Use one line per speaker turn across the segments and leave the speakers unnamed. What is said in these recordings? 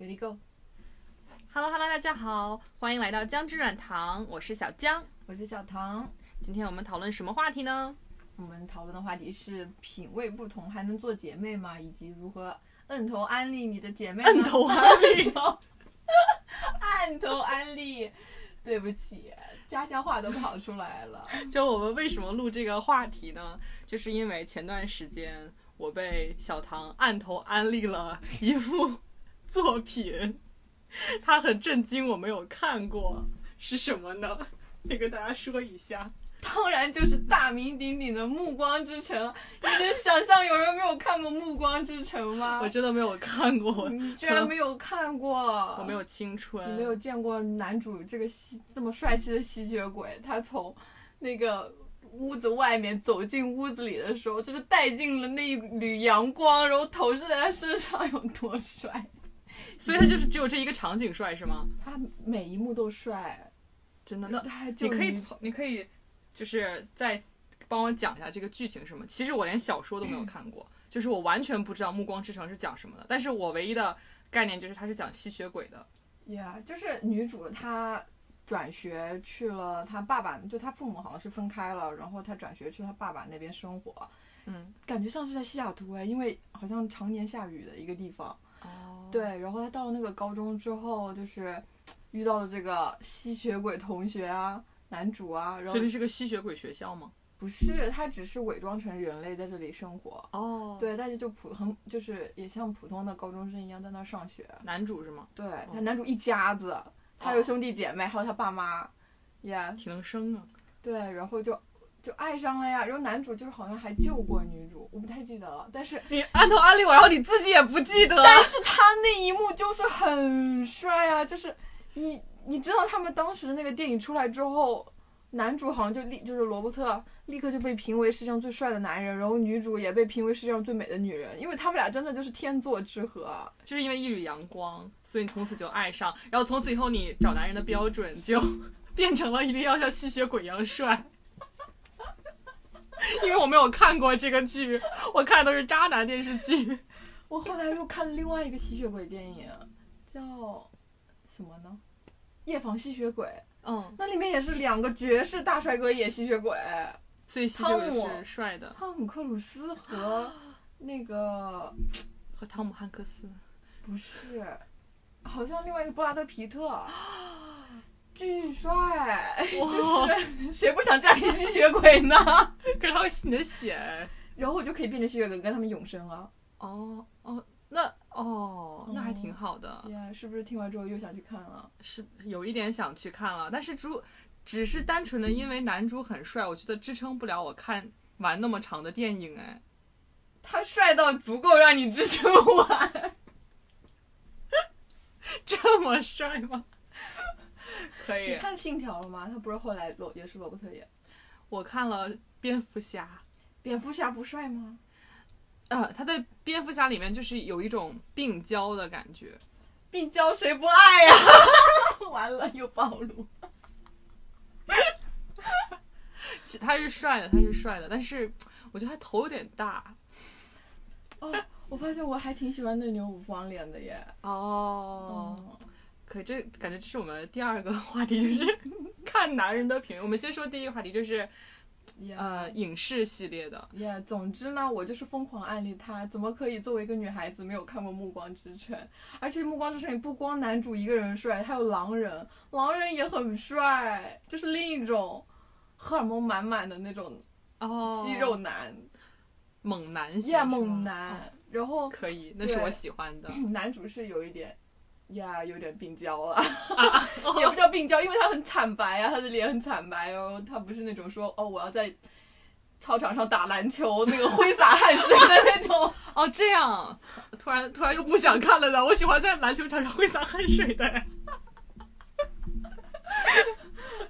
Ready go！
Hello Hello，大家好，欢迎来到姜之软糖，我是小姜。
我是小唐。
今天我们讨论什么话 题呢？
我们讨论的话题是品味不同还能做姐妹吗？以及如何摁头安利你的姐妹呢？
摁头安利
摁头，按头安利。对不起，家乡话都跑出来了。
就我们为什么录这个话题呢？就是因为前段时间我被小唐按头安利了一部作品，他很震惊，我没有看过，是什么呢？得跟大家说一下。
当然就是大名鼎鼎的《暮光之城》，你能想象有人没有看过《暮光之城》吗
我？真的没有看过，我
你居然没有看过？
我没有青春，
你没有见过男主这个吸这么帅气的吸血鬼，他从那个屋子外面走进屋子里的时候，就是带进了那一缕阳光，然后投射在他身上 有多帅。
所以他就是只有这一个场景帅是吗？
他每一幕都帅，
真的，那
那他还就
你可以
女
从你可以就是再帮我讲一下这个剧情什么？其实我连小说都没有看过，就是我完全不知道《暮光之城》是讲什么的。但是我唯一的概念就是它是讲吸血鬼的，
呀就是女主她转学去了她爸爸，就她父母好像是分开了，然后她转学去她爸爸那边生活，
嗯，
感觉像是在西雅图哎，因为好像常年下雨的一个地方。
哦
对，，然后她到了那个高中之后，就是遇到了这个吸血鬼同学啊、男主啊，然
所
后
以这是个吸血鬼学校吗？
不是她只是伪装成人类在这里生活。
哦，
对，但是就普很就是也像普通的高中生一样在那儿上学。
男主是吗？
对，他男主一家子，他有兄弟姐妹，还有他爸妈，也、
挺能生啊，
对，然后就就爱上了呀。然后男主就是好像还救过女主，我不太记得了，但是
你按头安利我，然后你自己也不记得，
但是他那一幕就是很帅啊，就是你你知道他们当时那个电影出来之后，男主好像就立就是罗伯特立刻就被评为世界上最帅的男人，然后女主也被评为世界上最美的女人，因为他们俩真的就是天作之合啊。
就是因为一缕阳光，所以你从此就爱上，然后从此以后你找男人的标准就变成了一定要像吸血鬼一样帅。 因为我没有看过这个剧，我看的都是渣男电视剧。
我后来又看了另外一个吸血鬼电影，叫什么呢？夜访吸血鬼，
嗯，
那里面也是两个绝世大帅哥演吸血鬼，
所以吸血鬼是帅的，
汤姆克鲁斯和那个
和汤姆汉克斯。
不是，好像另外一个布拉德皮 特，巨 帅，就是谁不想嫁给吸血鬼呢？
可是他会吸你的血。
然后我就可以变成吸血鬼跟他们永生了。
哦哦，那哦，那还挺好的，
呀、是不是听完之后又想去看了？
是有一点想去看了，但是主只是单纯的因为男主很帅，我觉得支撑不了我看完那么长的电影哎。
他帅到足够让你支撑完。
这么帅吗？ 可
你
以，
看《信条》了吗？他不是后来罗也是罗伯特演。
我看了蝙蝠侠，
蝙蝠侠不帅吗？
呃，他在蝙蝠侠里面就是有一种病娇的感觉，
病娇谁不爱呀、 完了又暴露。
其他是帅的，他是帅的，但是我觉得他头有点大
哦，我发现我还挺喜欢那牛五方脸的耶。
哦。
嗯，
可这感觉这是我们第二个话题，就是 看男人的品味。我们先说第一个话题，就是
也
呃影视系列的，
也、总之呢，我就是疯狂暗恋他。怎么可以作为一个女孩子没有看过《暮光之城》？而且《暮光之城》里不光男主一个人帅，还有狼人，狼人也很帅，就是另一种荷尔蒙满满的那种
哦，
肌肉男，
猛男系
呀、
是吗
猛男。
哦
然后
可以，那是
对
我喜欢的。
男主是有一点，呀，有点病娇
啊
了， 也不叫病娇，因为他很惨白啊，他的脸很惨白哦，他不是那种说哦我要在操场上打篮球那个挥洒汗水的那种，
哦，这样，突然突然又不想看了呢。我喜欢在篮球场上挥洒汗水的。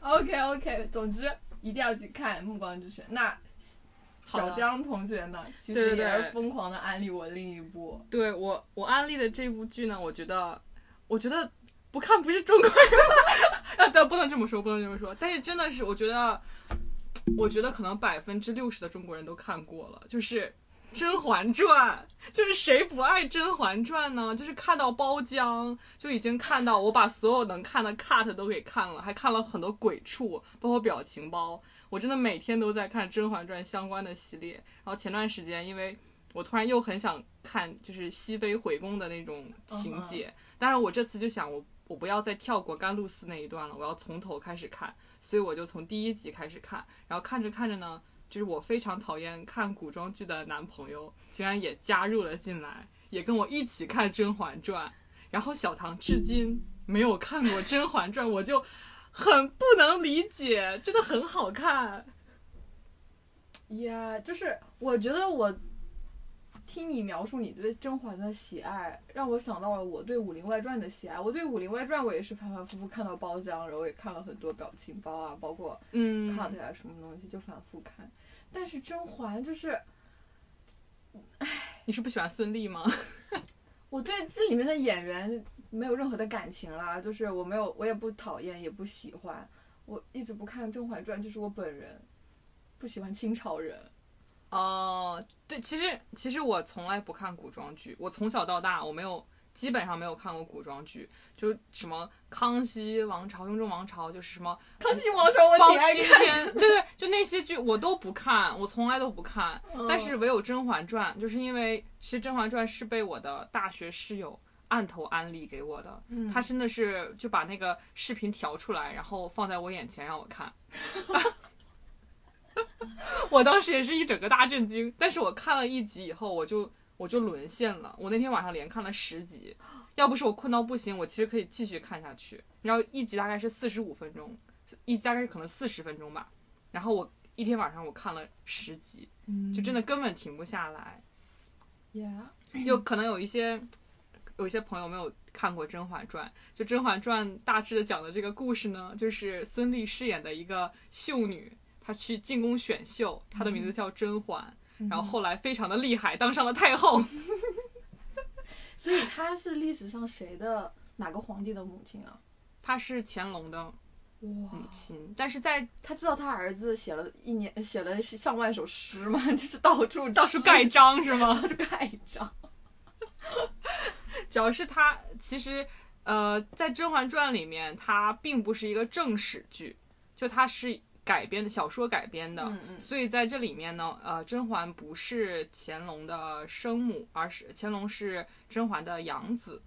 OK OK，总之一定要去看《暮光之城》。那
好的
小江同学呢，其
对
实
对对
也是疯狂的安利我另一部。
对我，我安利的这部剧呢，我觉得，我觉得不看不是中国人 了，啊，不不能这么说，不能这么说。但是真的是，我觉得，我觉得可能百分之六十的中国人都看过了，就是甄嬛传》， 就是谁不爱《甄嬛传》呢？就是看到包浆就已经看到，我把所有能看的 cut 都给看了，还看了很多鬼畜，包括表情包。我真的每天都在看《甄嬛传》相关的系列。然后前段时间，因为我突然又很想看，就是熹妃回宫的那种情节，但是我这次就想我。我不要再跳过甘露寺那一段了，我要从头开始看，所以我就从第一集开始看，然后看着看着呢，就是我非常讨厌看古装剧的男朋友，竟然也加入了进来，也跟我一起看《甄嬛传》，然后小唐至今没有看过《甄嬛传》，我就很不能理解，真的很好看。
呀、就是我觉得我听你描述你对甄嬛的喜爱，让我想到了我对《武林外传》的喜爱。我对《武林外传》我也是反反复复看到包浆，然后也看了很多表情包啊，包括
嗯，
cut 呀、什么东西就反复看。但是甄嬛就是
你是不喜欢孙俪吗？
我对这里面的演员没有任何的感情啦，就是我没有，我也不讨厌，也不喜欢。我一直不看《甄嬛传》，就是我本人不喜欢清朝人。
哦、对，其实其实我从来不看古装剧，我从小到大我没有基本上没有看过古装剧，就什么康熙王朝、雍正王朝，就是什么
康熙王 朝我
包
挺爱
青
看，
天，对对，就那些剧我都不看，我从来都不看。
嗯
但是唯有《甄嬛传》，就是因为其实《甄嬛传》是被我的大学室友按头安利给我的，
嗯
他真的是就把那个视频调出来，然后放在我眼前让我看。 我当时也是一整个大震惊，但是我看了一集以后，我就我就沦陷了。我那天晚上连看了十集，要不是我困到不行，我其实可以继续看下去。然后一集大概是四十五分钟，一集大概是可能四十分钟吧。然后我一天晚上我看了十集，就真的
嗯
根本停不下来。
呀
有可能有一些有一些朋友没有看过《甄嬛传》，就《甄嬛传》大致的讲的这个故事呢，就是孙俪饰演的一个秀女，她去进宫选秀，她的名字叫甄嬛，
嗯
然后后来非常的厉害，当上了太后。
所以她是历史上谁的哪个皇帝的母亲啊？
她是乾隆的
哇哦
母，亲，但是在
她知道她儿子写了一年写了上万首诗吗？ 就是到处
到处盖章 是吗？
到处盖章。
主要是它其实，呃，在《甄嬛传》里面，它并不是一个正史剧，就它是改编的小说改编的，
嗯嗯
所以在这里面呢，呃，甄嬛不是乾隆的生母，而是乾隆是甄嬛的养子，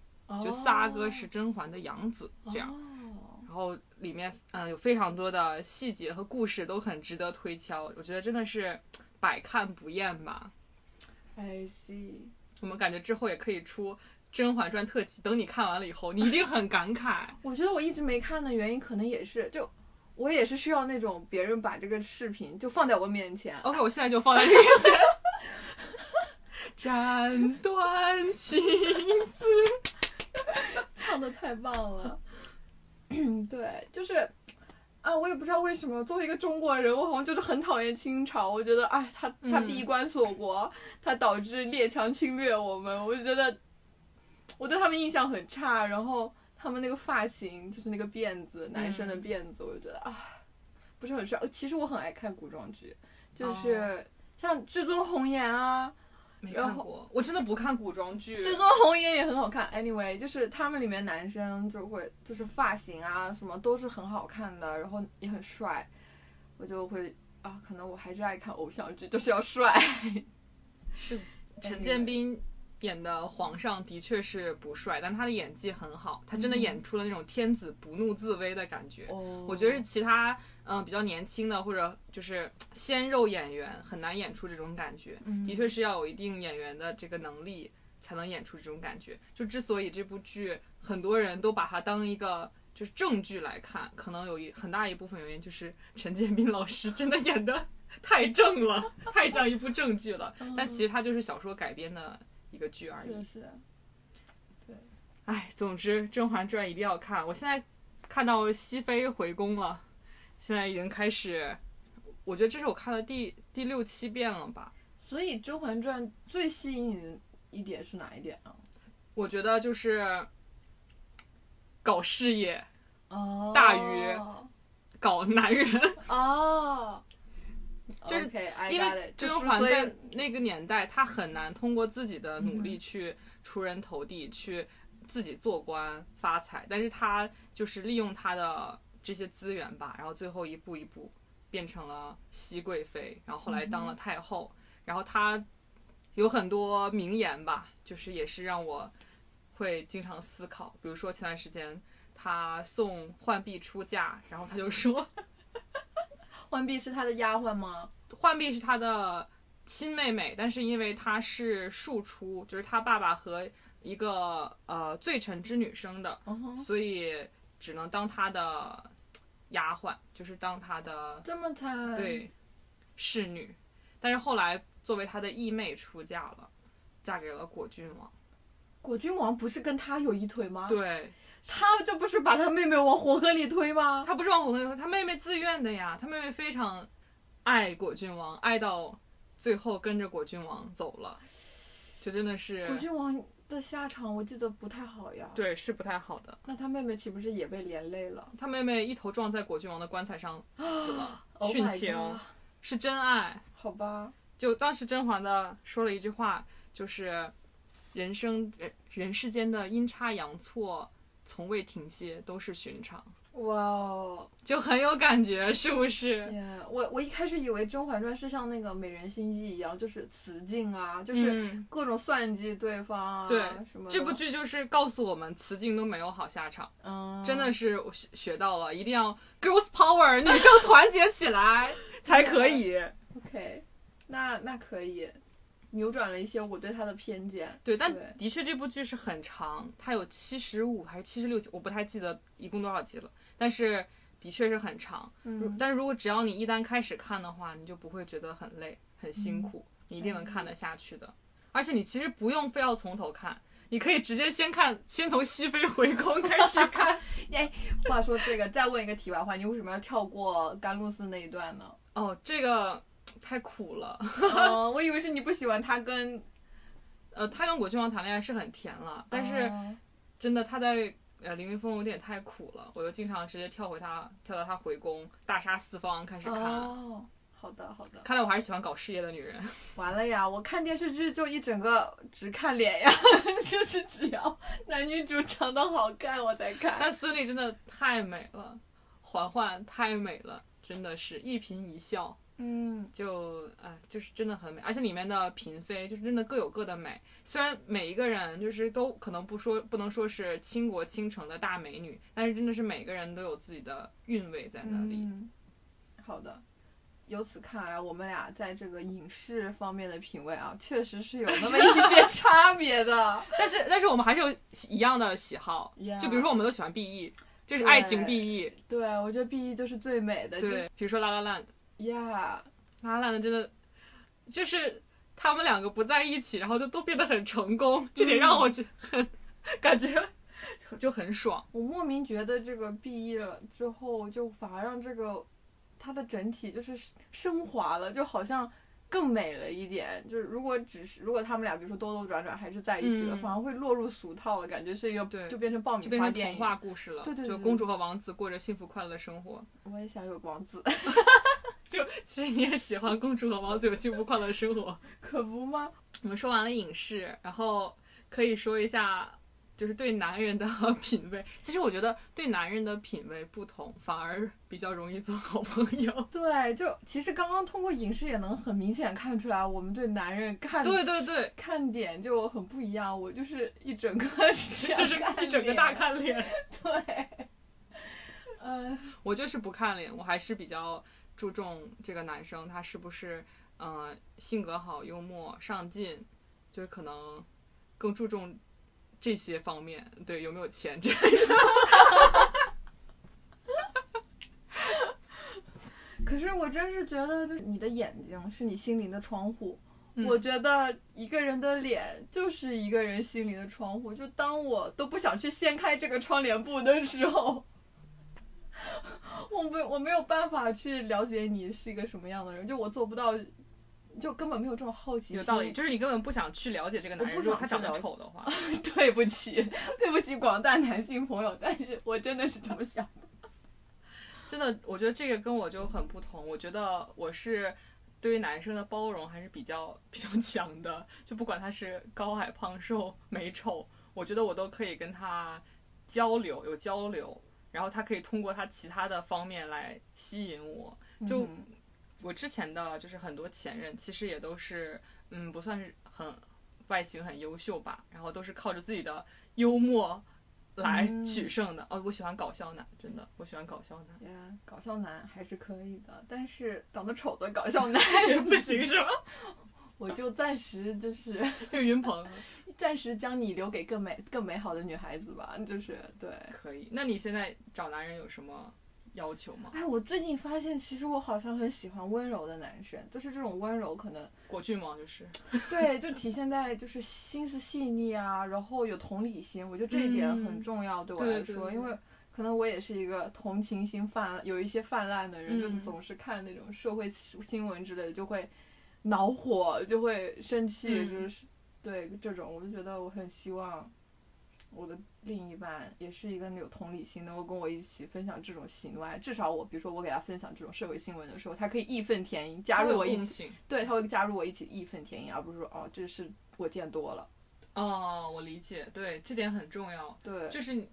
就四阿哥是甄嬛的养子，这样。
哦
然后里面嗯、呃有非常多的细节和故事都很值得推敲，我觉得真的是百看不厌吧。
，I see。
我们感觉之后也可以出《甄嬛传》特辑，等你看完了以后，你一定很感 慨。
我觉得我一直没看的原因，可能也是就我也是需要那种别人把这个视频就放在我面前，
OK，我现在就放在面前。 斩断情，
唱的太棒了。 对，就是啊，我也不知道为什么，作为一个中国人，我好像就是很讨厌清朝。我觉得，哎，他他
嗯
闭关锁国，他导致列强侵略我们，我就觉得我对他们印象很差。然后他们那个发型，就是那个辫子，男生的辫子，我就觉得啊，不是很帅。呃其实我很爱看古装剧，就是。
哦
像《至尊红颜》啊，
没
然
看
后
过，我真的不看古装
《
剧
至尊红颜》也很好看。Anyway，就是他们里面男生就会就是发型啊什么都是很好看的，然后也很帅，我就会啊，可能我还是爱看偶像剧，就是要帅。
是陈建斌演的皇上，的确是不帅，但他的演技很好，他真的演出了那种天子不怒自威的感觉。
哦
我觉得是其他嗯、呃比较年轻的或者就是鲜肉演员很难演出这种感觉，的确是要有一定演员的这个能力才能演出这种感觉。就之所以这部剧很多人都把它当一个就是正剧来看，可能有一很大一部分原因就是陈建斌老师真的演的 太正了，太像一部正剧了。但其实它就是小说改编的一个剧而已
是。是，
唉，总之《甄嬛传》一定要看。我现在看到熹妃回宫了，现在已经开始，我觉得这是我看的第第六七遍了吧。
所以《甄嬛传》最吸引你的一点是哪一点啊？
我觉得就是搞事业、
哦
大鱼哦搞男人，
哦，
就是
OK，I
因
got
为
it
甄
就是
嬛
所以
在那个年代，她很难通过自己的努
嗯
力去出人头地，去自己做官发财。但是她就是利用她的这些资源吧，然后最后一步一步变成了熹贵妃，然后后来当
嗯
了太后。然后她有很多名言吧，就是也是让我会经常思考。比如说前段时间她送浣碧出嫁，然后她就说。
浣碧是他的丫鬟吗？
浣碧是她的亲妹妹，但是因为她是庶出，就是她爸爸和一个呃罪臣之女生的，
嗯哼，
所以只能当她的丫鬟，就是当她的
这么惨。，
对侍女。但是后来作为她的义妹出嫁了，嫁给了果郡王。
果郡王不是跟他有一腿吗？，
对，
他这不是把他妹妹往火坑里推吗？
她不是王后跟她妹妹自愿的呀，她妹妹非常爱果郡王，爱到最后跟着果郡王走了，就真的是
果郡王的下场我记得不太好呀。，
对，是不太好的。
那他妹妹岂不是也被连累了？，
他妹妹一头撞在果郡王的棺材上死了
Oh
殉
my
情、
god，
是真爱。
好吧，
就当时甄嬛的说了一句话，就是人生人人世间的阴差阳错从未停歇，都是寻常，
哇哦，
就很有感觉，是不是？
耶！我我一开始以为《甄嬛传》是像那个《美人心计》一样，就是雌竞啊，就是
嗯
各种算计对方啊，
对
什么的。
这部剧就是告诉我们，雌竞都没有好下场，
嗯，
真的是我学学到了，一定要 girls power，女生团结起 来才可以。
OK，那那可以扭转了一些我对他的偏见。
对，但
对
的确这部剧是很长，它有七十五还是七十六集，我不太记得一共多少集了。但是的确是很长，如
嗯，
但是如果只要你一旦开始看的话，你就不会觉得很累、很
嗯
辛苦，你一定能看得下去的。而且你其实不用非要从头看，你可以直接先看，先从熹妃回宫开始 看。
哎话说这个，再问一个题外话，你为什么要跳过甘露寺那一段呢？
哦，这个太苦了。
嗯，我以为是你不喜欢他 跟，
呃，他跟果郡王谈恋爱是很甜了，但是
嗯
真的他在呃凌云峰有点太苦了，我就经常直接跳回他，跳到他回宫大杀四方开始看。
哦，好的好的，
看来我还是喜欢搞事业的女 人。
完了呀！我看电视剧就一整个只看脸呀， 就是只要男女主长得好看我才看。
但孙俪真的太美了，嬛嬛太美了，真的是一颦一笑
嗯，
就哎，就是真的很美。而且里面的嫔妃就是真的各有各的美，虽然每一个人就是都可能不说不能说是倾国倾城的大美女，但是真的是每个人都有自己的韵味在那里。
嗯，好的。由此看来，我们俩在这个影视方面的品味啊，确实是有那么一些 差别的。
但是但是我们还是有一样的喜好
Yeah
就比如说我们都喜欢 BE，这是爱情
啊对
BE，
对，我觉得 B E 就是最美的，
对，
就是
比如说《La La Land》。
呀
拉烂的真的就是他们两个不在一起，然后就都变得很成功，这点
嗯
让我觉很、感觉就很爽。
我莫名觉得这个 B E 了之后，就反而让这个它的整体就是升华了，就好像更美了一点。就是如果只是如果他们俩比如说兜兜转转还是在一起了，
嗯
反而会落入俗套了，感觉是一个
对
就变成爆米
就变
花
成
电
童
影。
话故事了，
对对对
就
对
公主和王子过着幸福快乐的生活。
我也想有王子，
就其实你也喜欢公主和王子有幸福快乐的生活。
可不吗？
我们说完了影视，然后可以说一下，就是对男人的 品味。其实我觉得对男人的品味不同，反而比较容易做好朋友。
对，就其实刚刚通过影视也能很明显看出来，我们对男人看
对对对，
看点就很不一样。我就是一整个 就
就是一整个大看脸。
对，嗯、
我就是不看脸，我还是比较注重这个男生他是不是呃性格好、幽默、上进，就是可能更注重这些方面。对，有没有钱这样？
可是我真是觉得，就是你的眼睛是你心灵的窗户。
嗯
我觉得一个人的脸就是一个人心灵的窗户。就当我都不想去掀开这个窗帘布的时候， 我没我没有办法去了解你是一个什么样的人，就我做不到，就根本没有这种好奇心。
有道理，就是你根本不想去了解这个男人，
我不
如
想
果他长得
去了解
丑的话，
对不起， 对不起广大男性朋友，但是我真的是这么想。
真的，我觉得这个跟我就很不同。我觉得我是对于男生的包容还是比较比较 强的，就不管他是高矮胖瘦美丑，我觉得我都可以跟他交流，有交流，然后他可以通过他其他的方面来吸引我。就
嗯
我之前的就是很多前任，其实也都是嗯不算是很外形很优秀吧，然后都是靠着自己的幽默来
嗯，
取胜的。哦，我喜欢搞笑男，真的，我喜欢搞笑男
呀搞笑男还是可以的，但是长得丑的搞笑男
也不行是吧？
我就暂时就是
岳云鹏。
暂时将你留给更美更美好的女孩子吧，就是对。
可以。那你现在找男人有什么要求吗？
哎，我最近发现，其实我好像很喜欢温柔的男生，就是这种温柔，可能
果郡王就是，
对，就体现在就是心思细腻啊，然后有同理心，我觉得这一点很重要、对我
嗯对
来
对
说，
对
因为可能我也是一个同情心泛有一些泛滥的人，
嗯
就总是看那种社会新闻之类的，就会恼火，就会生气，
嗯
就是对这种，我就觉得我很希望。我的另一半也是一个有同理心，能够跟我一起分享这种喜怒哀。至少我，比如说我给他分享这种社会新闻的时候，他可以义愤填膺，加入我一起
共情。
对，他会加入我一起义愤填膺，而不是说哦，这是我见多了。
哦，我理解，对，这点很重要。
对，
就是你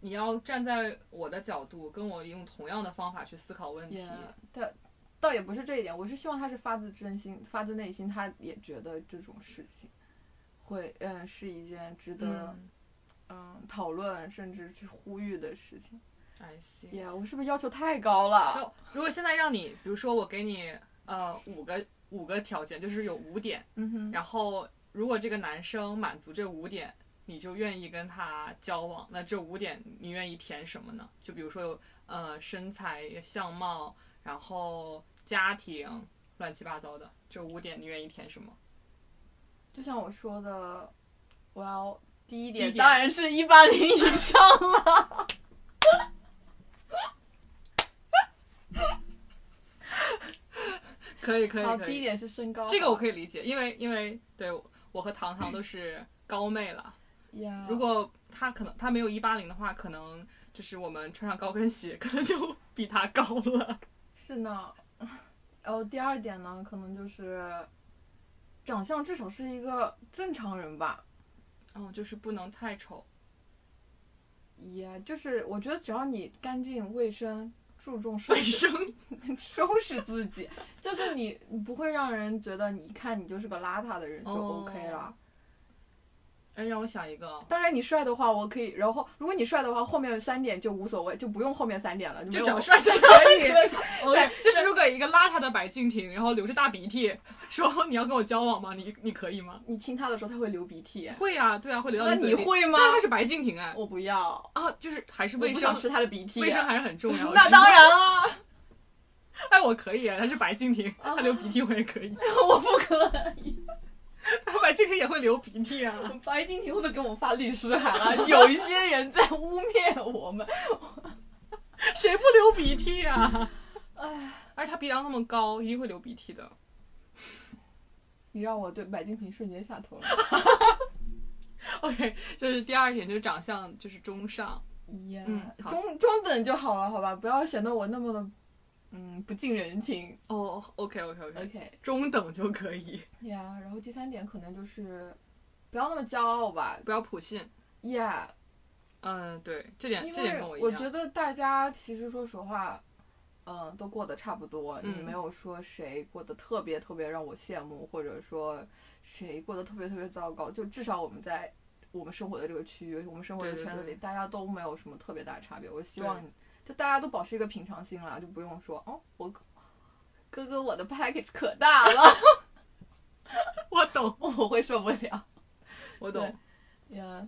你要站在我的角度，跟我用同样的方法去思考问题。
也但倒也不是这一点，我是希望他是发自真心、发自内心，他也觉得这种事情会嗯是一件值得
嗯
嗯讨论甚至去呼吁的事情。
，I see。
呀、我是不是要求太高了？
就如果现在让你，比如说我给你呃五个五个条件，就是有五点，
嗯哼，
然后如果这个男生满足这五点，你就愿意跟他交往。那这五点你愿意填什么呢？就比如说有呃身材、相貌，然后家庭，乱七八糟的这五点你愿意填什么？
就像我说的，我要第一
第一
点
点
当然是一八零以上了。
可以 可
好，
以可
第一
以，
点是身高吧。
这个我可以理解，因为因为对我和糖糖都是高妹了。
以呀。
如果他可能他没有一八零的话，可能就是我们穿上高跟鞋，可能就比他高了。
是呢，然后第二点呢，可能就是长相至少是一个正常人吧，
嗯，就是不能太 丑。
也就是我觉得只要你干净卫生，注重收
卫生
收拾自己，就是你你不会让人觉得你一看你就是个邋遢的人就
哦
OK 了。
哎，让我想一个，
当然你帅的话，我可以，然后如果你帅的话，后面三点就无所谓，就不用后面三点了，没
就
有
长帅就可 以。
对
OK，就是如果一个邋遢的白敬亭，然后流着大鼻涕，说你要跟我交往吗？你你可以吗？
你亲他的时候他会流鼻涕，
会啊，对啊，会流到
那
嘴
你
里。
会 吗？
但他是白敬亭哎，
我不要，
啊，就是还是
我
卫
不想
生，
吃他的鼻涕。
卫生还是很重 要的。
那当然了。
啊哎，我可以啊，他是白敬亭，他流鼻涕我也可 以，
我不可
他白敬亭也会流鼻涕 啊。
能，白敬亭会不会给我们发律师函啊？有一些人在污蔑我们。
谁不流鼻涕 啊？
哎，
而且他鼻梁那么高，一定会流鼻涕的。
你让我对白敬亭瞬间下头了。
OK，就是第二点，就是长相就是中上。
呀、
嗯好
中中等就好了，好吧，不要显得我那么的，嗯，不近人情。
哦，OK OK OK，
OK，
中等就可以，
呀、然后第三点可能就是，不要那么骄傲吧。
不要普信。
呀、
嗯，对，这 点
因
这点
为
跟我一
我
样。
觉得大家其实说实话，嗯、都过得差不多，
嗯
你没有说谁过得特别特别让我羡慕，或者说谁过得特别特别糟糕。就至少我们在我们生活的这个区域，我们生活的
对对
圈子里，
对
大家都没有什么特别大的差别。我希
对
望你就大家都保持一个平常心啦，就不用说哦，我哥哥我的 package 可大了，
我懂，
我会受不了。
我懂。
呀，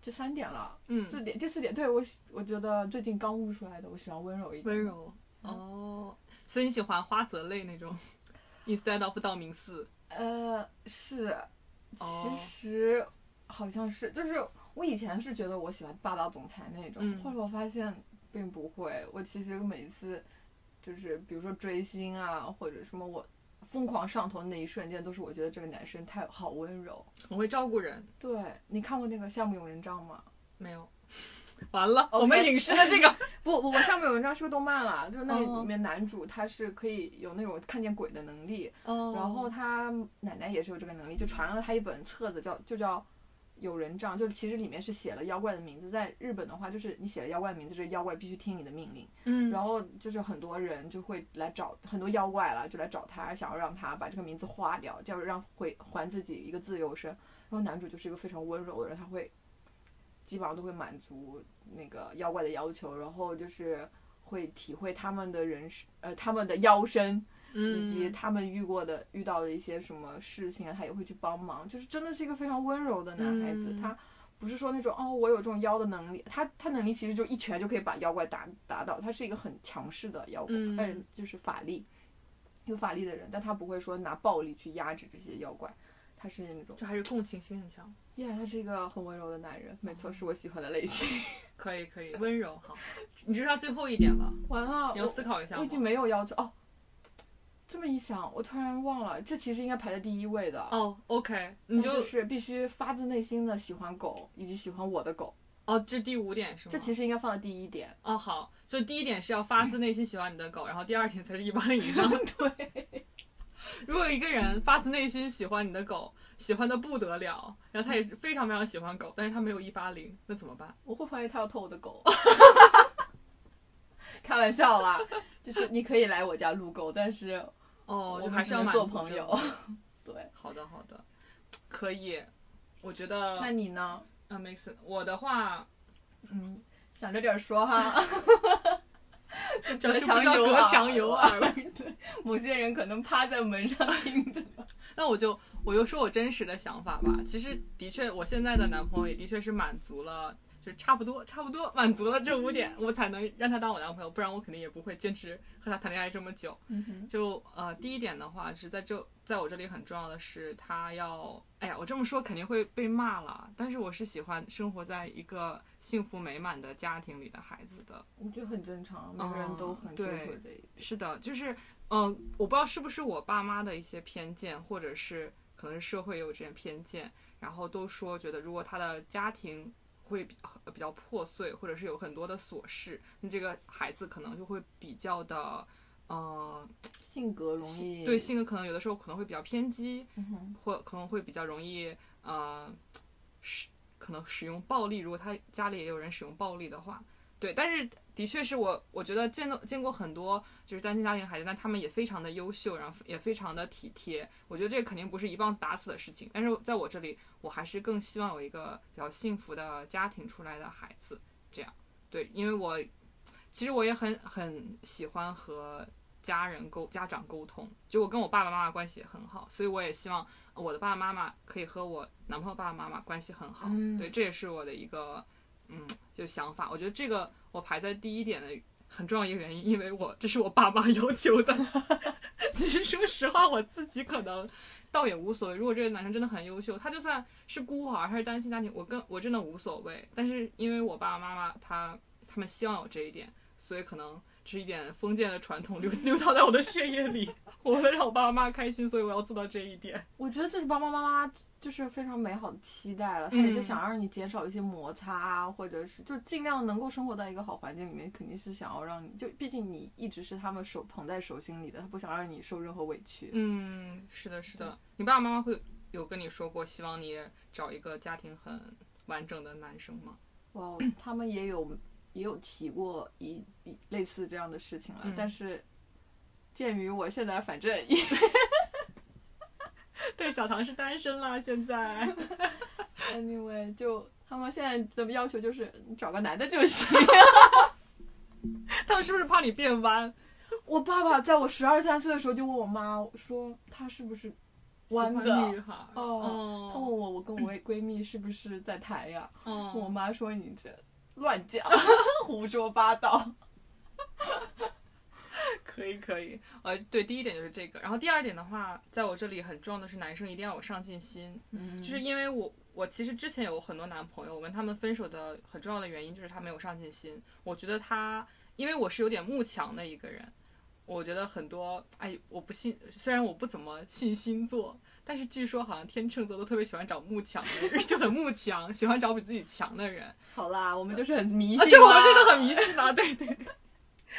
这三点了。
嗯，
四点，第四点，对我喜，我觉得最近刚悟出来的，我喜欢温柔嗯一点。
温柔。哦，所以你喜欢花泽类那种，instead of 道明寺。
呃，是，
哦
其实好像是，就是我以前是觉得我喜欢霸道总裁那种，
嗯
后来我发现并不会。我其实每一次就是比如说追星啊，或者什么我疯狂上头的那一瞬间，都是我觉得这个男生太好温柔。
很会照顾人。
对你看过那个《夏目友人帐》吗？
没有，完了
OK
我们影视的这 个
不，我我上面有文章是个动漫啦，就是那
哦
里面男主他是可以有那种看见鬼的能力，然
哦
后他奶奶也是有这个能力，就传了他一本册子叫就叫《有人帐》，就其实里面是写了妖怪的名字，在日本的话就是你写了妖怪的名字，这个妖怪必须听你的命令，
嗯，
然后就是很多人就会来找很多妖怪了，就来找他，想要让他把这个名字化掉，这样让回还自己一个自由身。然后男主就是一个非常温柔的人，他会基本上都会满足那个妖怪的要求，然后就是会体会他们的人生，呃，他们的腰身，以及
嗯
他们遇过的遇到的一些什么事情啊，他也会去帮忙，就是真的是一个非常温柔的男孩子，
嗯
他。不是说那种哦，我有这种妖的能力，他他能力其实就一拳就可以把妖怪打打倒，他是一个很强势的妖怪，
嗯
呃就是法力，有法力的人，但他不会说拿暴力去压制这些妖怪，他是那种
就还是共情心很强，
耶他是一个很温柔的男人，没错，是我喜欢的类型。
可以可以，温柔好。你知道最后一点了，
完了，
你要
我
思考一下
我已
吗？
经没有要求哦。这么一想，我突然忘了，这其实应该排在第一位的。
哦，OK，
那
你就是
必须发自内心的喜欢狗，以及喜欢我的狗，
哦，这第五点是吗？
这其实应该放在第一点。
哦好，所以第一点是要发自内心喜欢你的狗，然后第二点才是一般以上。 对，如果一个人发自内心喜欢你的狗，喜欢的不得了，然后他也是非常非常喜欢狗，但是他没有一八零，那怎么办？
我会怀疑他要偷我的 狗，开玩笑啦，就是你可以来我家撸狗，但是
哦，
我
就
们
还是要
只能
满
做
足
朋
这
友 对，
种。好的好的，可以，我觉得
那你呢？
啊 m a k 我的话，
嗯，想着点儿说哈，
主要是不
墙
知道
有啊
隔
耳
墙啊有 耳。
对，某些人可能趴在门上听着。
那我就我就说我真实的想法吧。其实的确，我现在的男朋友也的确是满足了，就差不多差不多满足了这五点，我才能让他当我男朋友，不然我肯定也不会坚持和他谈恋爱这么久。
嗯哼，
就呃，第一点的话是在这，在我这里很重要的是，他要，哎呀，我这么说肯定会被骂了，但是我是喜欢生活在一个幸福美满的家庭里的孩子的。
我觉得很正常，每个人都很追求这一点。
是的，就是嗯、呃我不知道是不是我爸妈的一些偏见，或者是可能是社会有这些偏见，然后都说觉得如果他的家庭会比呃比较破碎，或者是有很多的琐事，那这个孩子可能就会比较的。呃，
性格容易
对性格可能有的时候可能会比较偏激，
嗯哼
或可能会比较容易呃使可能使用暴力，如果他家里也有人使用暴力的话，对，但是的确是我我觉得见到见过很多就是单亲家庭的孩子，但他们也非常的优秀，然后也非常的体贴，我觉得这肯定不是一棒子打死的事情，但是在我这里，我还是更希望有一个比较幸福的家庭出来的孩子，这样对，因为我其实我也很很喜欢和。家人沟家长沟通，就我跟我爸爸妈妈关系也很好，所以我也希望我的爸爸妈妈可以和我男朋友爸爸妈妈关系很好，
嗯
对，这也是我的一个嗯就想法。我觉得这个我排在第一点的很重要一个原因，因为我这是我爸妈 要求的。其实说实话，我自己可能倒也无所谓。如果这个男生真的很优秀，他就算是孤儿还是单亲家庭，我跟我真的无所谓。但是因为我爸爸妈妈他他们希望有这一点，所以可能。这一点封建的传统 流流淌在我的血液里， 我为了让我爸爸妈妈开心，所以我要做到这一点。
我觉得这是爸爸妈妈就是非常美好的期待了，他
嗯
也是想让你减少一些摩擦啊，或者是就尽量能够生活在一个好环境里面，肯定是想要让你就，毕竟你一直是他们手捧在手心里的，他不想让你受任何委屈。
嗯，是的，是的。你爸爸妈妈会有跟你说过，希望你找一个家庭很完整的男生吗？
哇哦，他们也有也有提过一一类似这样的事情了，
嗯
但是鉴于我现在反正也
对，小唐是单身啦，现在。
anyway 就他们现在的要求就是你找个男的就行。
他们是不是怕你变弯？
我爸爸在我十二三岁的时候就问我妈说他是不是弯
喜欢
的
女，孩儿。
哦他问
哦
我我跟我闺蜜是不是在谈呀？我
哦，
妈说你这乱 讲，胡说八道。
可以可以。呃，对，第一点就是这个，然后第二点的话，在我这里很重要的是，男生一定要有上进心。
嗯
就是因为我我其实之前有很多男朋友，我跟他们分手的很重要的原因就是他没有上进心。我觉得他，因为我是有点慕强的一个人，我觉得很多，哎，我不信，虽然我不怎么信星座，但是据说好像天秤座都特别喜欢找慕强的人， 就很慕强，喜欢找比自己强的人。
好啦，我们就是很迷信
啊，对，我
啦
们真的很迷信 啊，对对对。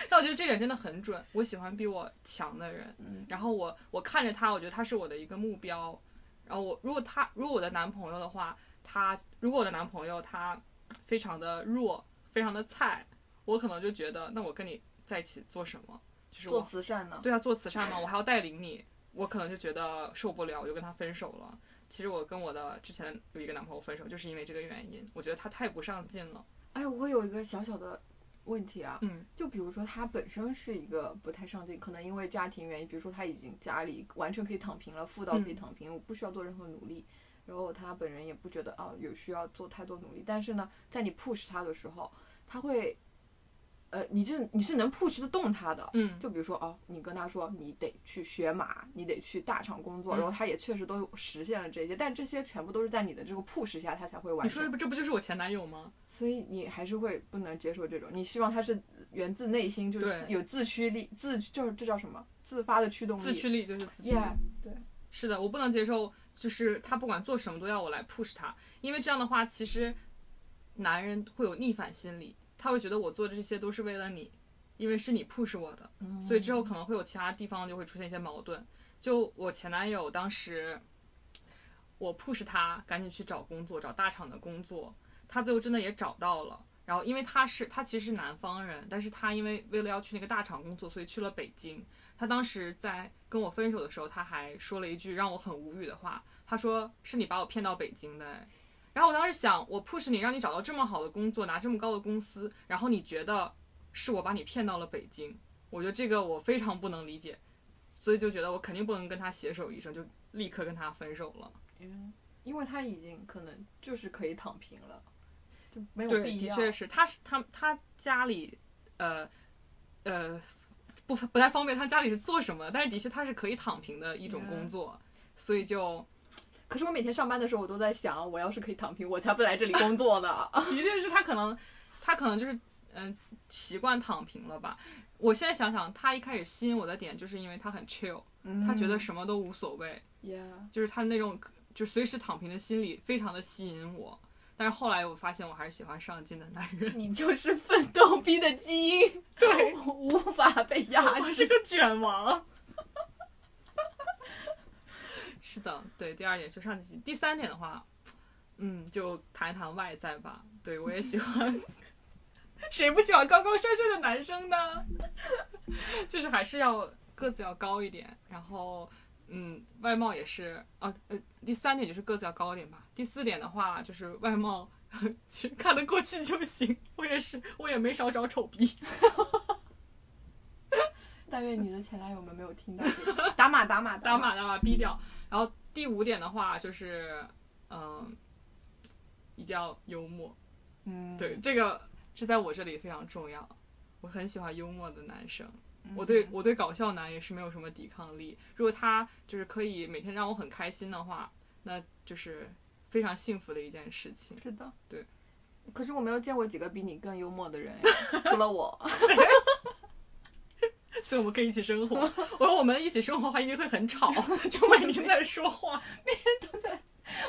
但我觉得这点真的很准，我喜欢比我强的人，
嗯
然后我我看着他，我觉得他是我的一个目标。然后我如果他如果我的男朋友的话，他如果我的男朋友他非常的弱，非常的菜，我可能就觉得那我跟你在一起做什么？就是
做
我
慈善呢。
对啊，做慈善嘛，我还要带领你，我可能就觉得受不了，我就跟他分手了。其实我跟我的之前有一个男朋友分手，就是因为这个原因，我觉得他太不上进了。
哎，我有一个小小的问题啊，
嗯，
就比如说他本身是一个不太上进，可能因为家庭原因，比如说他已经家里完全可以躺平了，富到可以
嗯
躺平，我不需要做任何努力。然后他本人也不觉得啊有需要做太多努力，但是呢，在你 push 他的时候，他会，呃，你是你是能 push 得动他的。
嗯，
就比如说哦，你跟他说你得去学马，你得去大厂工作，
嗯
然后他也确实都实现了这些，但这些全部都是在你的这个 push 下他才会完
你
成
说这。不这不就是我前男友吗？
所以你还是会不能接受这种，你希望他是源自内心，就是
对
自有自驱力，自就是这叫什么？自发的驱动力。
自驱力就是自驱力。
Yeah，
是的，我不能接受，就是他不管做什么都要我来 push 他，因为这样的话，其实男人会有逆反心理，他会觉得我做的这些都是为了你，因为是你 push 我的，所以之后可能会有其他地方就会出现一些矛盾。就我前男友当时，我 push 他赶紧去找工作，找大厂的工作，他最后真的也找到了。然后，因为他是他其实是南方人，但是他因为为了要去那个大厂工作，所以去了北京。他当时在跟我分手的时候，他还说了一句让我很无语的话，他说：“是你把我骗到北京的。”哎，然后我当时想，我 push 你，让你找到这么好的工作，拿这么高的工资，然后你觉得是我把你骗到了北京，我觉得这个我非常不能理解，所以就觉得我肯定不能跟他携手一生，就立刻跟他分手了。
嗯因为他已经可能就是可以躺平了，就没有
对，
必
的
要。
确是，他是他他家里，呃，呃，不不太方便，他家里是做什么的？但是的确他是可以躺平的一种工作，所以就
可是我每天上班的时候，我都在想，我要是可以躺平，我才不来这里工作呢。
的确是他可能他可能就是嗯、习惯躺平了吧。我现在想想，他一开始吸引我的点就是因为他很 chill，他觉
嗯
得什么都无所谓，
，Yeah，
就是他那种就随时躺平的心理非常的吸引我。但是后来我发现我还是喜欢上进的男人，
你就是奋斗逼的基因， 对，无法被压
我
制。
是个卷王。 是的，对，第二点就上进，第三点的话，嗯，就谈一谈外在吧。对我也喜欢， 谁不喜欢高高帅帅的男生呢？就是还是要个子要高一点，然后嗯，外貌也是啊，呃，第三点就是个子要高一点吧。第四点的话就是外貌， 其实看得过去就行。我也是，我也没少找丑逼。
但愿你的前男友们没有听到这个，打码打码
打
码。
码打码逼掉。然后第五点的话就是，嗯、一定要幽默。
嗯，
对，这个是在我这里非常重要。我很喜欢幽默的男生，
嗯，
我对我对搞笑男也是没有什么抵抗力。如果他就是可以每天让我很开心的话，那就是非常幸福的一件事情。
是的，
对。
可是我没有见过几个比你更幽默的 人呀，除了我。
所以我们可以一起生活。我说我们一起生活的话，一定会很吵， 就每天在说话，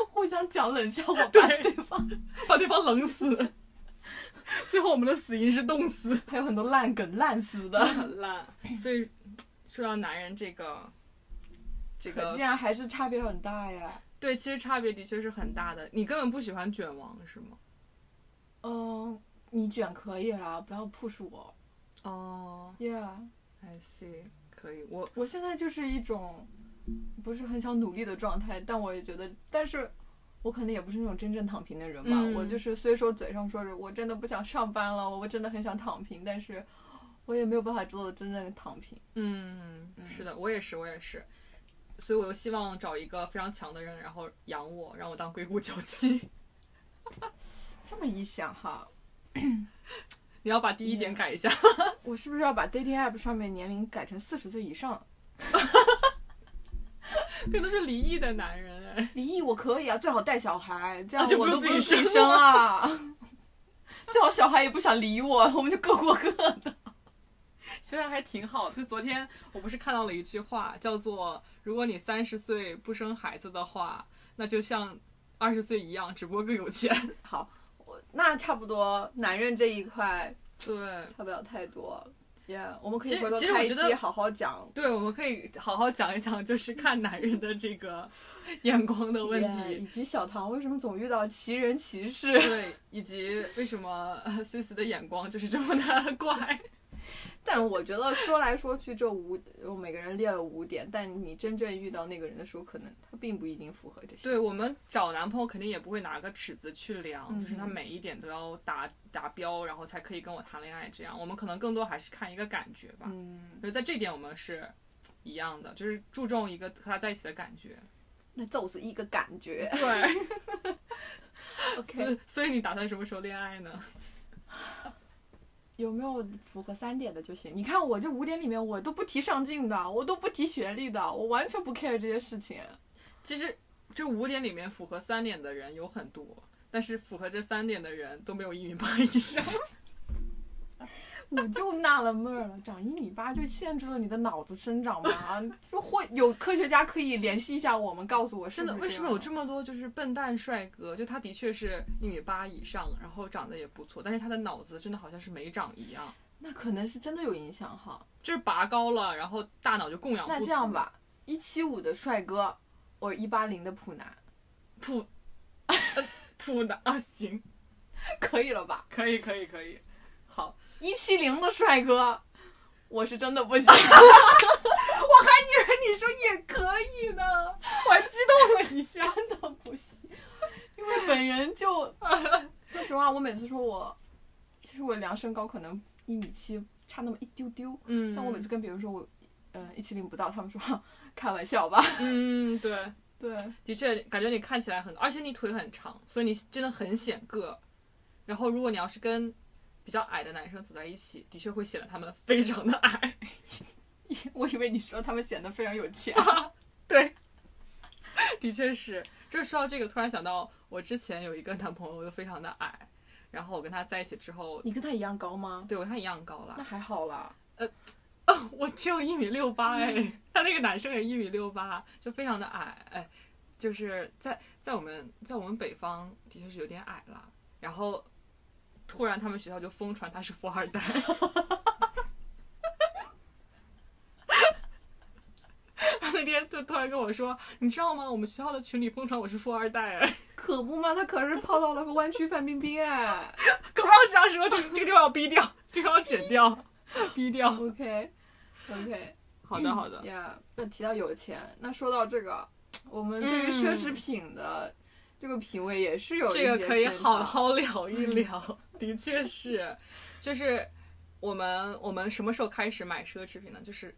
互相讲冷笑话，把 对方
把对方冷死。 最后我们的死因是冻死。
还有很多烂梗烂死
真的
的，
很烂。所以说到男人这个，这
可
个
见还是差别很大呀。
对，其实差别的确是很大的。你根本不喜欢卷王是吗？
嗯，你卷可以啦，不要 push 我。
哦、
Yeah，
i see，可以。我
我现在就是一种不是很想努力的状态，但我也觉得，但是。我可能也不是那种真正躺平的人吧，
嗯
我就是虽说嘴上说着我真的不想上班了，我真的很想躺平，但是我也没有办法做到真正的躺平。
嗯，是的，我也是，我也是。所以我又希望找一个非常强的人，然后养我，让我当硅谷娇妻。
这么一想哈，
你要把第一点改一下。
我是不是要把 dating app 上面年龄改成四十岁以上？
这都是离异的男人哎。
离异我可以啊，最好带小孩，这样
啊就不
我
用
都不
自己
用自己
生
生 啊。最好小孩也不想理我，我们就各过各的。
现在还挺好。就昨天我不是看到了一句话，叫做“如果你三十岁不生孩子的话，那就像二十岁一样，只不过更有钱。
好，我那差不多，男人这一块”
对，
差不了太多。也、我们可
其
以
实
回头
其实
开
我
一
觉得
期好好讲
对，我们可以好好讲一讲，就是看男人的这个眼光的问
也
题。
以及小唐为什么总遇到奇人奇事。
对，以及为什么 C C 的眼光就是这么的怪？
但我觉得说来说去这五，我每个人列了五点，但你真正遇到那个人的时候，可能他并不一定符合这些。
对我们找男朋友肯定也不会拿个尺子去量，
嗯
就是他每一点都要达达标，然后才可以跟我谈恋爱。这样，我们可能更多还是看一个感觉吧。
嗯，
所以在这点我们是一样的，就是注重一个和他在一起的感觉。
那就是一个感 觉。
对，
OK，
所所以你打算什么时候恋爱呢？
有没有符合三点的就行？你看我这五点里面，我都不提上进的，我都不提学历的，我完全不 care 这些事情。
其实这五点里面符合三点的人有很多，但是符合这三点的人都没有一米八以 上。
我就纳了闷儿了，长一米八就限制了你的脑子生长吗？就会有科学家可以联系一下我们，告诉我是
真
不
的，
是
为什
样
么有这啊么多就是笨蛋帅哥？就他的确是一米八以上，然后长得也不错，但是他的脑子真的好像是没长一样，
那可能是真的有影响哈。
就是拔高了，然后大脑就供养不
那
足。
这样，吧，一七五的帅哥，我一八零的普男，
普 普男啊，行，
可以了吧？
可以，可以，可以，好。
一七零的帅哥，我是真的不 行。
以为你说也可以呢，我还激动了一下。
真的不行，因为本人 就，说实话，我每次说我，其实我量身高可能一米七，差那么一丢丢。
嗯
但我每次跟别人说我，嗯、一七零不到，他们说哈开玩笑吧。
嗯，对，
对，
的确感觉你看起来很，而且你腿很长，所以你真的很显个。然后如果你要是跟比较矮的男生走在一起，的确会显得他们非常的矮。
我以为你说他们显得非常有钱。
对，的确是。这说到这个，突然想到我之前有一个男朋友就非常的矮，然后我跟他在一起之后，
你跟他一样高吗？
对我跟他一样高
那
啦，
还好啦。
我只有一米六八哎，他那个男生也一米六八，就非常的矮哎，就是在在我们在我们北方的确是有点矮了。然后突然他们学校就疯传他是富二代， 他那天就突然跟我说，你知道吗？我们学校的群里疯传我是富二代哎，
可不嘛，他可是泡到了湾区范冰冰哎。
可不要瞎说，这个这个地方要逼掉，这个要剪掉，逼掉。
OK OK。
好的好的，
呀那提到有钱，那说到这个，我们对于奢侈品的这个品味也是有一
嗯这个
些
可以
偏
好
差
好 聊一聊，的确是，就是我们我们什么时候开始买奢侈品呢？就是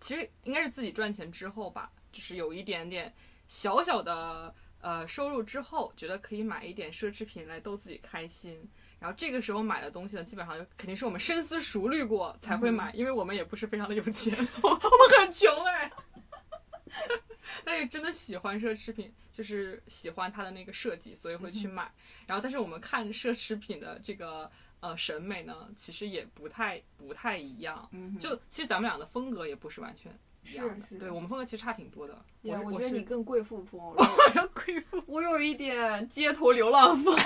其实应该是自己赚钱之后吧，就是有一点点小小的呃收入之后，觉得可以买一点奢侈品来逗自己开心。然后这个时候买的东西呢，基本上就肯定是我们深思熟虑过才会买，因为我们也不是非常的有钱，我我们很穷哎。 但是真的喜欢奢侈品，就是喜欢它的那个设计，所以会去买。然后，但是我们看奢侈品的这个呃审美呢，其实也不太不太一样。
嗯哼，
就其实咱们俩的风格也不是完全一样的，
是是
对我们风格其实差挺多的。
呀
我
我
我
觉得
是
你更贵妇风，
我要贵妇
我有一点街头流浪 风。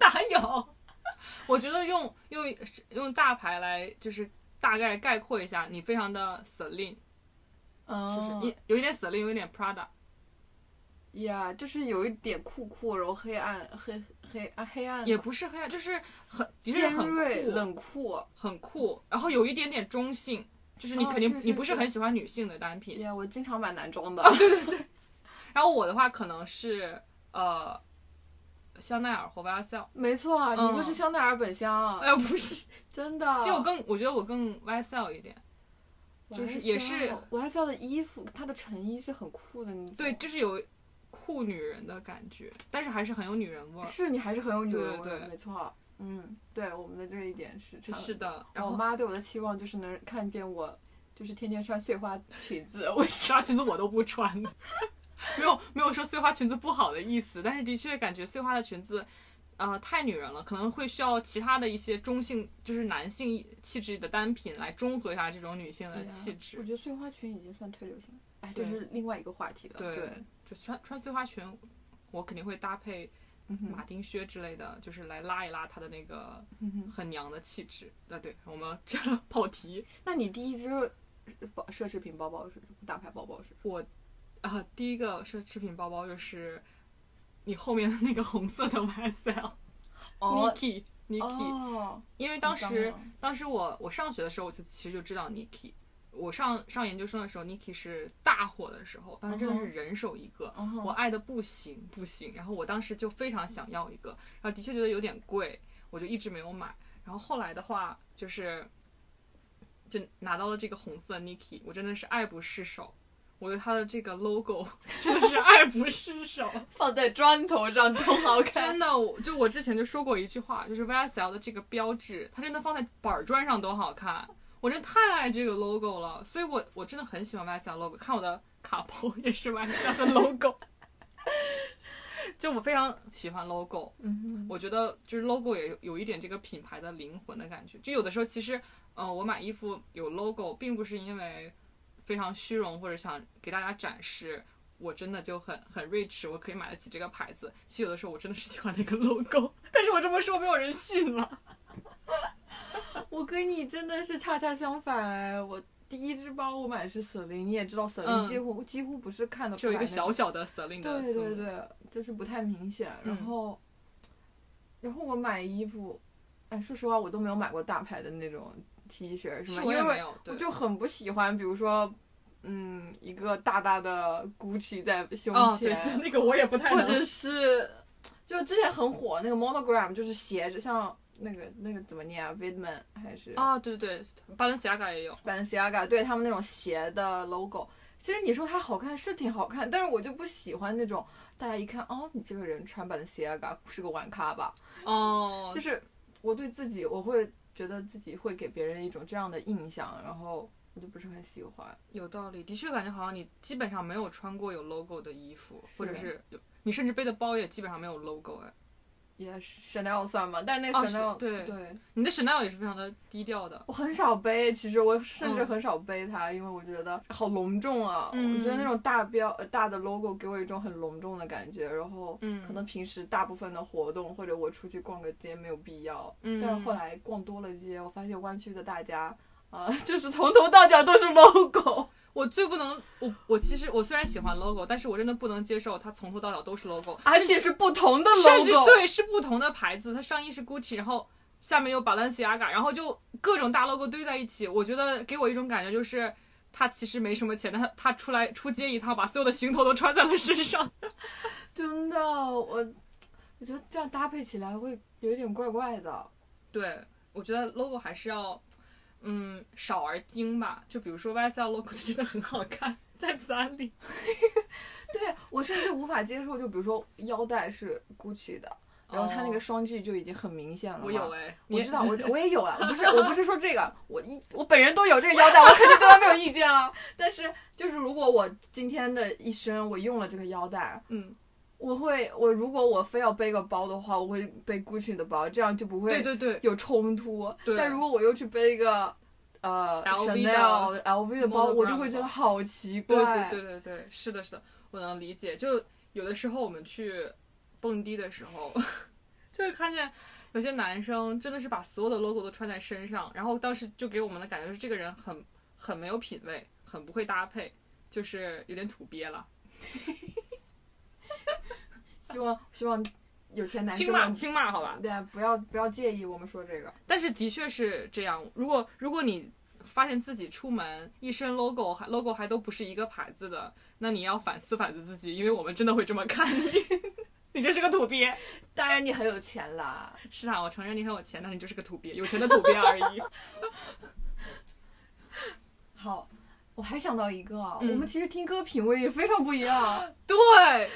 哪有？ 我觉得用用用大牌来就是大概概括一下，你非常的 Celine，是不是？
嗯
你有一点 Celine，有一点 Prada。
呀，就是有一点酷酷，然后黑暗黑黑啊黑暗，
也不是黑暗，就是很的确是
尖
很
锐
酷，
冷酷。
很酷，然后有一点点中性，就是你
哦
肯定、
是是
你不是
是
很喜欢女性的单品。
呀，我经常买男装 的。
然后我的话可能是呃，香奈儿或 YSL。
没错啊，你就
嗯
是香奈儿本香，
哎，不是，
真的。
就我更我觉得我更 YSL 一点，就是也是
我还叫的衣服，它的成衣是很酷的，你
对，就是有酷女人的感觉，但是还是很有女人味儿。
是你还是很有女
对
人味
对
儿的，没错。嗯，对，我们的这一点是差
是
的。哦
的，
然
然
后我
后
妈对我的期望就是能看见我，就是天天穿碎花裙子。我
其他裙子我都不穿， 没有没有说碎花裙子不好的意思，但是的确感觉碎花的裙子，呃太女人了，可能会需要其他的一些中性，就是男性气质的单品来中和一下这种女性
啊
的嗯气质。
我觉得碎花裙已经算退流行了，哎，这
对
是另外一个话题了。
对，就穿穿碎花裙，我肯定会搭配
嗯哼
马丁靴之类的，就是来拉一拉她的那个
嗯哼，
很娘的气质。啊，对，我们 这跑题。
那你第一只包奢侈品包包是什么？大牌包包是什么？
我啊、第一个奢侈品包包就是你后面的那个红色的 YSL、
哦
Niki Niki，、
哦，
因为当
你
时
刚刚
当时我我上学的时候，我就其实就知道 Niki。我上上研究生的时候，Niki 是大火的时候，当时真的是人手一个
嗯哼
我爱的不行不行。然后我当时就非常想要一个，然后的确觉得有点贵，我就一直没有买。然后后来的话，就是就拿到了这个红色 Niki，我真的是爱不释手。我对它的这个 logo 真的是爱不释手，
放在砖头上 多好看。
真的，我就我之前就说过一句话，就是 YSL 的这个标志，它真的放在板砖上多好看。我真的太爱这个 logo 了，所以我我真的很喜欢 YSL logo。看我的卡包也是 YSL 的 logo，就我非常喜欢 logo。
嗯哼，
我觉得就是 logo 也有有一点这个品牌的灵魂的感觉。就有的时候其实，呃，我买衣服有 logo，并不是因为非常虚荣或者想给大家展示我真的就很很 rich，我可以买得起这个牌子。其实有的时候我真的是喜欢那个 logo，但是我这么说没有人信了。
我跟你真的是恰恰相反哎，我。第一只包我买的是舍林，你也知道舍林
嗯
几乎、几乎不是看的，
只有一个小小的 Celine 的
对
字母
对对，就是不太明显。然
嗯
后，然后我买衣服，哎，说实话，我都没有买过大牌的那种 T 恤什
是
么，
我也
因
没
为
有，
我
对，
就很不喜欢，比如说，嗯，一个大大的 Gucci 在胸
哦对
前，，
那个我也不太
或
能。
者是，就之前很火那个 monogram，就是斜着，像那个那个怎么念啊，Vidman 还是
啊，对对对，巴伦西亚嘎也有，
Balenciaga 对他们那种鞋的 logo，其实你说它好看是挺好看，但是我就不喜欢那种大家一看哦，你这个人穿 Balenciaga 是个玩咖吧？
哦
就，是我对自己，我会觉得自己会给别人一种这样的印象，然后我就不是很喜欢。
有道理，的确感觉好像你基本上没有穿过有 logo 的衣服，
是
或者是有你甚至背的包也基本上没有 logo 哎，
也是 Chanel 算吗？但那
哦
哎 Chanel、
是对
对
你的 Chanel 也是非常的低调的，
我很少背，其实我甚至
嗯
很少背它，因为我觉得好隆重啊。
嗯
我觉得那种大标、呃、大的 logo 给我一种很隆重的感觉，然后
嗯
可能平时大部分的活动或者我出去逛个街没有必要，
嗯
但是后来逛多了街，我发现湾区的大家啊、 就是从头到脚都是 logo。
我最不能，我我其实我虽然喜欢 logo，但是我真的不能接受它从头到脚都是 logo，
而且是不同的
甚至
logo，，
对是不同的牌子，它上衣是 Gucci，然后下面有 Balenciaga，然后就各种大 logo 堆在一起，我觉得给我一种感觉就是。他其实没什么钱，但他他出来出街一趟，把所有的行头都穿在了身上。
真的，我我觉得这样搭配起来会有一点怪怪的。
对，我觉得 logo 还是要，嗯，少而精吧。就比如说 YSL logo 就真的很好看，在此安利。
对我甚至无法接受，就比如说腰带是 GUCCI 的，然后它那个双 G 就已经很明显了嘛。
我有哎，
哦我
你
知 道，我我也有了，我不是我不是说这个，我一我本人都有这个腰带，我肯定对他没有意见啊了。 但是就是如果我今天的一生我用了这个腰带，
嗯，
我会我如果我非要背个包的话，我会背 GUCCI 的包，这样就不
对
会
对对，
有冲突。
对
但如果我又去背一个呃
LV 的
Chanel LV 的包，
Monogram
我就会觉得好奇怪。
对对对对对，是的，是的，我能理解。就有的时候我们去蹦迪的时候， 就会看见有些男生真的是把所有的 logo 都穿在身上，然后当时就给我们的感觉就是这个人很很没有品味，很不会搭配，就是有点土鳖了。
希望希望有钱男生
轻骂
们
轻骂，好吧。
对啊，不要不要介意我们说这个。
但是的确是这样。如果如果你发现自己出门一身 logo 还 logo 还都不是一个牌子的，那你要反思反思自己，因为我们真的会这么看你。 你就是个土鳖，
当然你很有钱啦，
是啊，我承认你很有钱，但你就是个土鳖，有钱的土鳖而已。
好，我还想到一个啊，
嗯
我们其实听歌品味也非常不一 样，
对，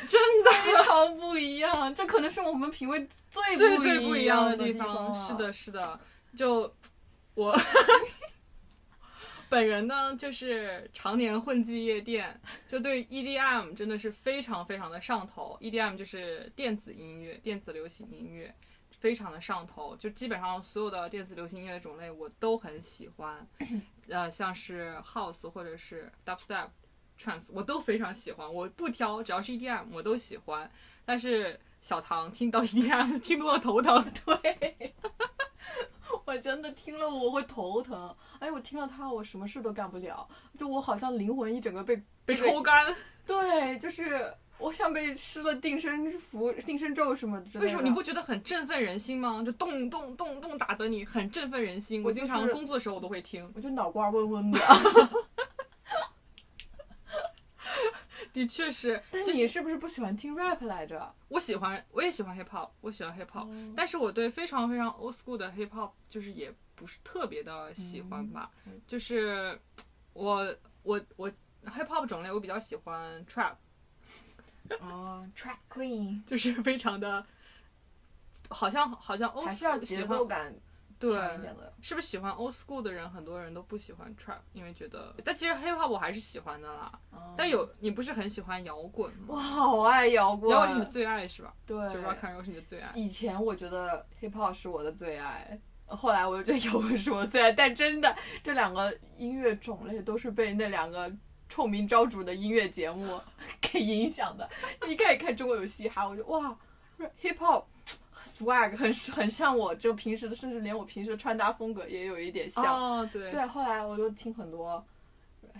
真的
非常不一样，这可能是我们品味最
最
不
最不一样的
地啊
地方，
了
是，的，是的，就我 本人呢，就是常年混迹夜店，就对 E EDM E 真的是非常非常的上头。EDM 就是电子音乐、电子流行音乐，非常的上头，就基本上所有的电子流行音乐种类我都很喜欢，呃，像是 house 或者是 dubstep、trance 我都非常喜欢，我不挑，只要是 EDM 我都喜欢。但是小唐听到 EDM 听多了头疼，
对，我真的听了我会头疼。哎，我听了他，我什么事都干不了，就我好像灵魂一整个被
被
这个
抽干。
对，就是我像被施了定身符、定身咒什么之类的。
为什么你不觉得很振奋人心吗？就咚咚咚咚打的你很振奋人心。我
我就
经常
是
工作的时候我都会听。
我就脑瓜嗡嗡 的。
的确是，
但
其实
你是不是不喜欢听 rap 来着？
我喜欢，我也喜欢 hip hop，我喜欢 hip hop，、
哦
但是我对非常非常 old school 的 hip hop 就是也不是特别的喜欢吧，
嗯
就是我我我 hip hop 种类我比较喜欢 trap，
哦 t r a c Queen
就是非常的，好像好像 old
还是要
school
节
喜
奏
欢
感强
对。
一点的。
是不是喜欢 old school 的人，很多人都不喜欢 trap，因为觉得，但其实 hip hop 我还是喜欢的啦。
哦
但有你不是很喜欢摇滚
我
吗？
好爱摇滚，
摇滚是你的最爱是吧？就 rock
对，
and roll 是你的最爱。
以前我觉得 hip hop 是我的最爱。后来我就觉得摇滚是我最爱，但真的这两个音乐种类都是被那两个臭名昭著的音乐节目 给影响的。就一开始看《中国有嘻哈》，我就哇，hip hop swag 很很像我，就平时的，甚至连我平时的穿搭风格也有一点像。
哦，对，
对，后来我就听很多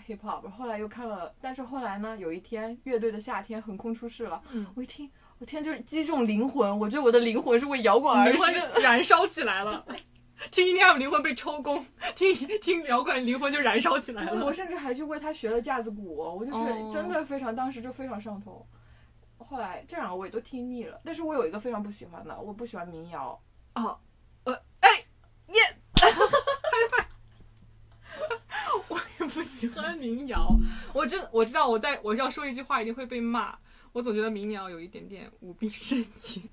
hip hop，后来又看了，但是后来呢，有一天乐队的夏天横空出世了，
嗯，
我一听，我天，就是击中灵魂，我觉得我的灵魂是为摇滚而
灵
生。
魂燃烧起来了。听 EDM 灵魂被抽空，听听摇滚灵魂就燃烧起来
对 我
了。
甚至还去为他学了架子鼓，我就是
哦
真的非常，当时就非常上头。后来这两个我也都听腻了，但是我有一个非常不喜欢的，我不喜欢民谣。
哦，呃，哎，耶，害怕。我也 不喜欢民谣，我真我知道我在我要说一句话一定会被骂，我总觉得民谣有一点点无病呻吟，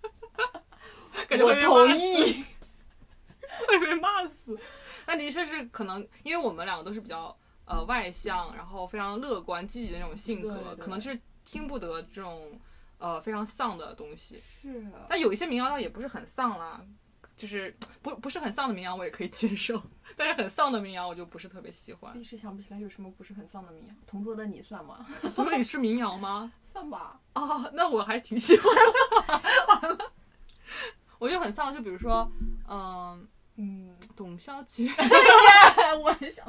感觉
我
会被骂
同意，
会 被骂死。那的确是可能，因为我们两个都是比较呃外向，然后非常乐观、积极的那种性格，
对对
可能就是听不得这种呃非常丧的东西。
是啊
但有一些民谣它也不是很丧啦，就是不不是很丧的民谣我也可以接受，但是很丧的民谣我就不是特别喜欢。
一时想不起来有什么不是很丧的民谣，《同桌的你》算吗？
同说你是民谣吗？
算吧。
哦，那我还挺喜欢的。完了， 我就很丧，就比如说，嗯、
嗯，
董小姐。
我也想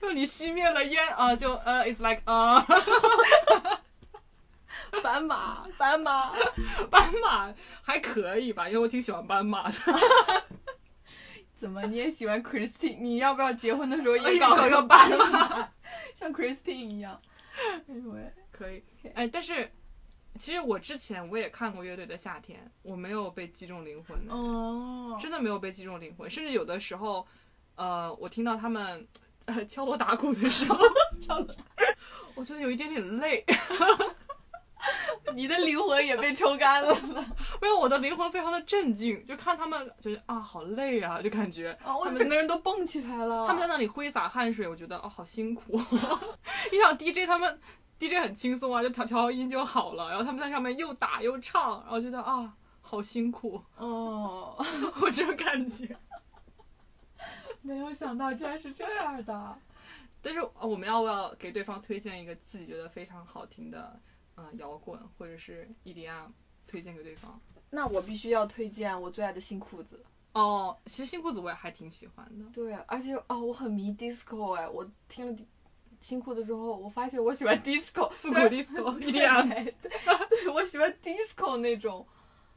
就你熄灭了烟啊、就呃、i t s like 呃、
斑马，斑马。
斑马还可以吧，因为我挺喜欢斑马的。
怎么你也喜欢 Christine？你要不要结婚的时候
哎
也
呀
搞
搞
个
个
伴马，像 Christine 一样？哎呦喂，
可以，哎，但是其实我之前我也看过乐队的夏天，我没有被击中灵魂的，
哦，
真的没有被击中灵魂，甚至有的时候，呃，我听到他们 呃敲锣打鼓的时 候，
敲锣
我觉得有一点点累，
你的灵魂也被抽干了
没有我的灵魂非常的镇静，就看他们就是啊好累啊，就感觉
啊！我
他们
整个人都蹦起来了。
他们在那里挥洒汗水，我觉得哦好辛苦。 你想 DJ 他们 DJ 很轻松啊，就调调音就好了，然后他们在上面又打又唱，然后觉得啊、好辛苦，
哦，
我这种感觉。
没有想到居然是这样的。
但是、呃我们要不要给对方推荐一个自己觉得非常好听的呃摇滚或者是 EDM 推荐给对方？
那我必须要推荐我最爱的新裤子。
哦，其实新裤子我也还挺喜欢的。
对，而且哦，我很迷 disco 哎，我听了新裤子之后，我发现我喜欢 disco，
复
复
古 disco E EDM，
对对，我喜欢 disco 那种，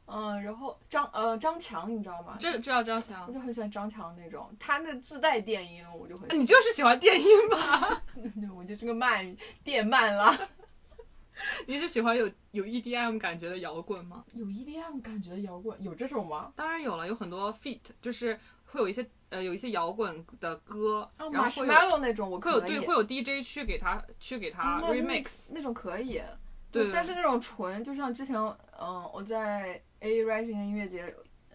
嗯，然后张呃张强你知道吗？
这知道张
我
强，
就很喜欢张强那种，他那自带电音我就很喜
哎你就是喜欢电音吧？
欢， 对我就是个慢电慢啦。
你是喜欢有有 EDM 感觉的摇滚吗？
有 EDM 感觉的摇滚有这种吗？
当然有了，有很多 feat，就是会有一些呃有一些摇滚的歌，
啊
然后会有
，Marshmallow 那种我
会
可以哦
有，对会有 DJ 去给他去给他
那
remix，
那种可以，
对
但是那种纯就像之前嗯我在 A Rising 的音乐节。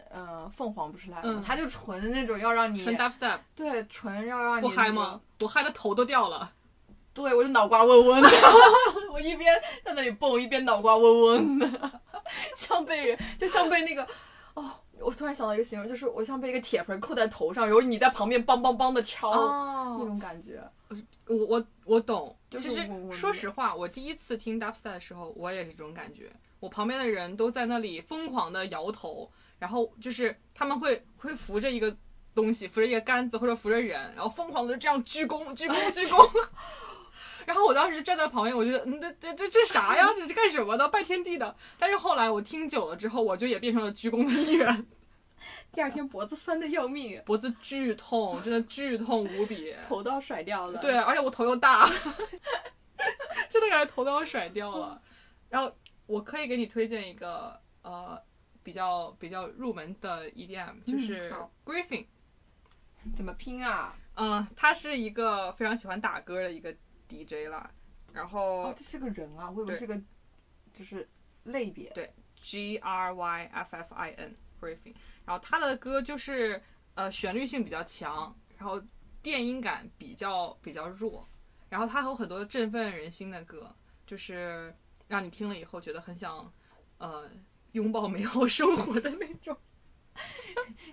呃，凤凰不是来了吗
嗯？
他就纯那种要让你
纯 dubstep，
对纯要让你
不嗨
那种
吗？我嗨的头都掉了。
对，我就脑瓜嗡嗡的， 我一边 在那里蹦，一边脑瓜嗡嗡的，像被人就像被那个哦，我突然想到一个形容，就是我像被一个铁盆扣在头上，然后你在旁边梆梆梆的敲、那
哦，
种感觉。
我我我懂。
就是
其实
我我
说实话，我第一次听 dubstep 的时候，我也是这种感觉。我旁边的人都在那里疯狂的摇头，然后就是他们会会扶着一个东西，扶着一个杆子或者扶着人，然后疯狂的这样鞠躬、鞠躬、鞠躬。 然后我当时站在旁边，我觉得，嗯，这这这这啥呀？这是干什么的？拜天地的！但是后来我听久了之后，我就也变成了鞠躬的一员，
第二天脖子酸的要命，
脖子剧痛，真的剧痛无比。
头都要甩掉了。
对，，而且我头又大， 真的感觉头都要甩掉了。然后我可以给你推荐一个呃比较比较入门的 EDM，就是
嗯好
Griffin，
怎么拼啊？
嗯、他是一个非常喜欢打歌的一个 DJ 啦。然
哦
后，
这是个人啊，我以为
对
是个就是类别。
G R Y F F I N Griffin，然后他的歌就是呃旋律性比较强，然后电音感比较比较弱，然后他有很多振奋人心的歌，就是让你听了以后觉得很想呃拥抱美好生活的那种，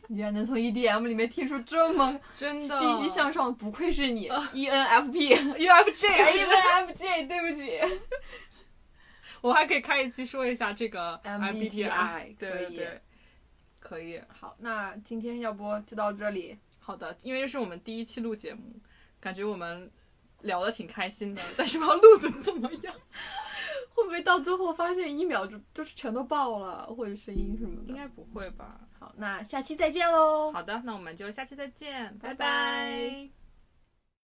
你居然能从 EDM 里面听出这么
真的。
积极 向上，不愧是你 E ENFP。
U F J，
ENFJ，对不起。
我还可以开一期说一下这个 MBTI，
MBTI
对
可
对
以
对，可以。
好，那今天要不就到这里。
好的，因为这是我们第一期录节目，感觉我们聊的挺开心的，但是不知道录的怎么样，
会不会到最后发现一秒就就是全都爆了，或者声音什么
应
的？
该不会吧？
好，那下期再见喽。
好的，那我们就下期再见，
拜拜
拜